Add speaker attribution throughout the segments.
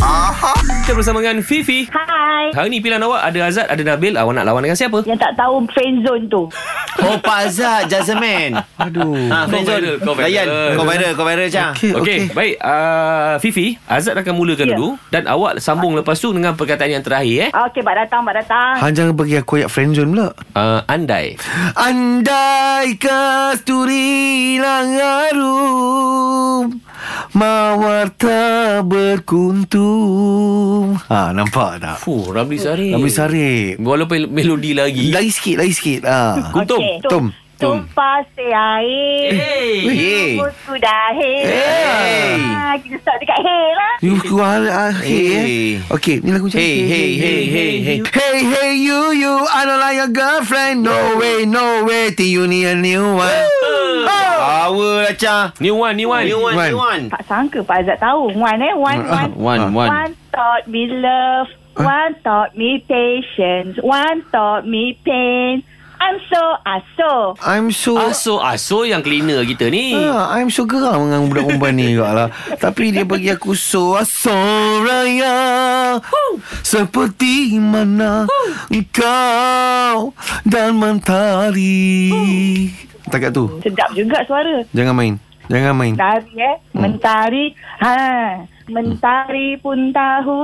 Speaker 1: Aha.
Speaker 2: Kita bersama dengan Fifi.
Speaker 3: Hai.
Speaker 2: Hari ni pilihan awak ada Azad, ada Nabil. Awak nak lawan dengan siapa?
Speaker 3: Yang tak tahu friend zone tu.
Speaker 4: Oh Pak Azad Jazzaman Aduh ha,
Speaker 2: Kau viral, kau viral.
Speaker 4: Layan Kau viral Kau viral Cah okay.
Speaker 5: Ya,
Speaker 2: Okey, okay. baik. Uh, Fifi, Azad akan mulakan
Speaker 3: Ya.
Speaker 2: yeah. dulu. Dan awak sambung lepas tu dengan perkataan yang terakhir eh.
Speaker 3: Ah, Okey, mak datang, mak datang.
Speaker 5: Han jangan bagi aku ayat friendzone pula
Speaker 2: Uh, andai.
Speaker 5: Andai kasturi hilang harum Mawarta berkuntum Ha nampak tak?
Speaker 2: Fuh, Ramli Sari.
Speaker 5: Ramli Sarip.
Speaker 2: Walaupun melodi lagi.
Speaker 5: Lagi sikit, lagi sikit ha.
Speaker 2: Kuntum.
Speaker 3: Okey,
Speaker 5: Tum.
Speaker 3: Tumpah air.
Speaker 4: Hey
Speaker 3: Hey. Sudah hey.
Speaker 4: Hey.
Speaker 3: Ah, kita start dekat hey lah.
Speaker 5: You keluar akhir
Speaker 4: Hey.
Speaker 5: hey. Okay, ni lagu macam
Speaker 4: Hey, hey, hey, hey, hey.
Speaker 5: Hey, hey, you, you I don't like your girlfriend No way, no way Till you need a new one
Speaker 4: Power lah Cah
Speaker 2: New one, new one.
Speaker 4: New one,
Speaker 5: Wan.
Speaker 4: new one
Speaker 3: Tak sangka Pak Azad tahu. One eh, one, one.
Speaker 4: Ah, One, one
Speaker 3: One taught me love. One taught me patience. One taught me pain. I'm so aso.
Speaker 5: I'm so
Speaker 4: Ah,
Speaker 2: Aso, aso yang cleaner kita ni.
Speaker 5: Ah, I'm so geram dengan budak perempuan ni juga lah. Tapi dia bagi aku so soraya. Seperti mana engkau dan mentari. Tak kat tu.
Speaker 3: Sedap juga suara.
Speaker 5: Jangan main. Jangan main.
Speaker 3: Mentari eh Mentari ha, Mentari pun tahu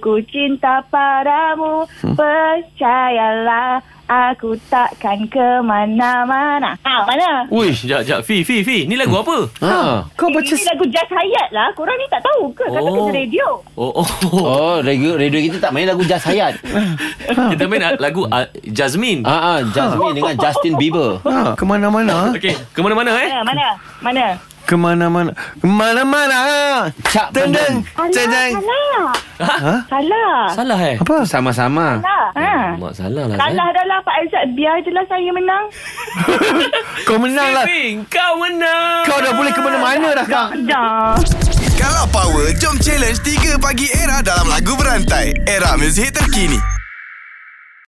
Speaker 3: Ku cinta padamu Percayalah Aku takkan ke mana-mana Ha mana?
Speaker 2: Ui, jap, jap. Fi, Fi, Fi. Ni lagu apa? Ah.
Speaker 4: Ha.
Speaker 5: Kau
Speaker 3: Ini
Speaker 5: baca
Speaker 3: lagu Jazz Hayat lah Korang ni tak tahu ke Kata
Speaker 2: Oh.
Speaker 3: kerja radio
Speaker 2: Oh, oh. oh.
Speaker 4: Oh, radio, radio kita tak main lagu Jazz Hayat.
Speaker 2: Kita main lagu uh, Jasmine.
Speaker 4: Ah, ah, Jasmine dengan Justin Bieber.
Speaker 5: ha, ke mana-mana.
Speaker 2: Okey, ke mana-mana eh?
Speaker 3: Mana? Mana? Mana?
Speaker 5: Ke mana-mana. Ke mana-mana.
Speaker 4: Cak
Speaker 5: Tendang.
Speaker 3: Alah,
Speaker 5: Cendang.
Speaker 3: salah
Speaker 5: Ha?
Speaker 3: Salah
Speaker 2: Salah eh?
Speaker 5: Apa?
Speaker 4: Sama-sama.
Speaker 3: Salah Ya. ha.
Speaker 2: Mak salah lah.
Speaker 3: Salah dah lah Pak Aizat Biar je lah saya menang
Speaker 5: Kau menang lah.
Speaker 2: Fifi, kau menang.
Speaker 5: Kau dah boleh ke mana-mana dah kau.
Speaker 3: Dah
Speaker 1: Kalau power, jom challenge 3 pagi era dalam lagu berantai. Era muzik terkini.